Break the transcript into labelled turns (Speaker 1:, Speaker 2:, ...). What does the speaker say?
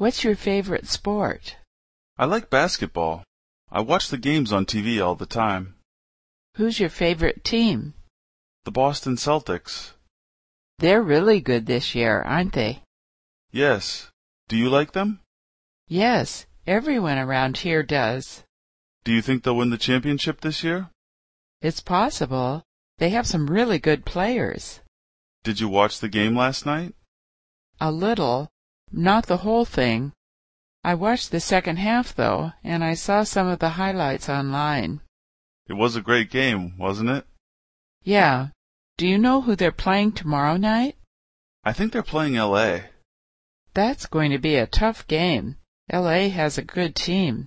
Speaker 1: What's your favorite sport?
Speaker 2: I like basketball. I watch the games on TV all the time.
Speaker 1: Who's your favorite team?
Speaker 2: The Boston Celtics.
Speaker 1: They're really good this year, aren't they?
Speaker 2: Yes. Do you like them?
Speaker 1: Yes, everyone around here does.
Speaker 2: Do you think they'll win the championship this year?
Speaker 1: It's possible. They have some really good players.
Speaker 2: Did you watch the game last night?
Speaker 1: A little, not the whole thing. I watched the second half, though, and I saw some of the highlights online.
Speaker 2: It was a great game, wasn't it?
Speaker 1: Yeah. Do you know who they're playing tomorrow night?
Speaker 2: I think they're playing LA.
Speaker 1: That's going to be a tough game. LA has a good team.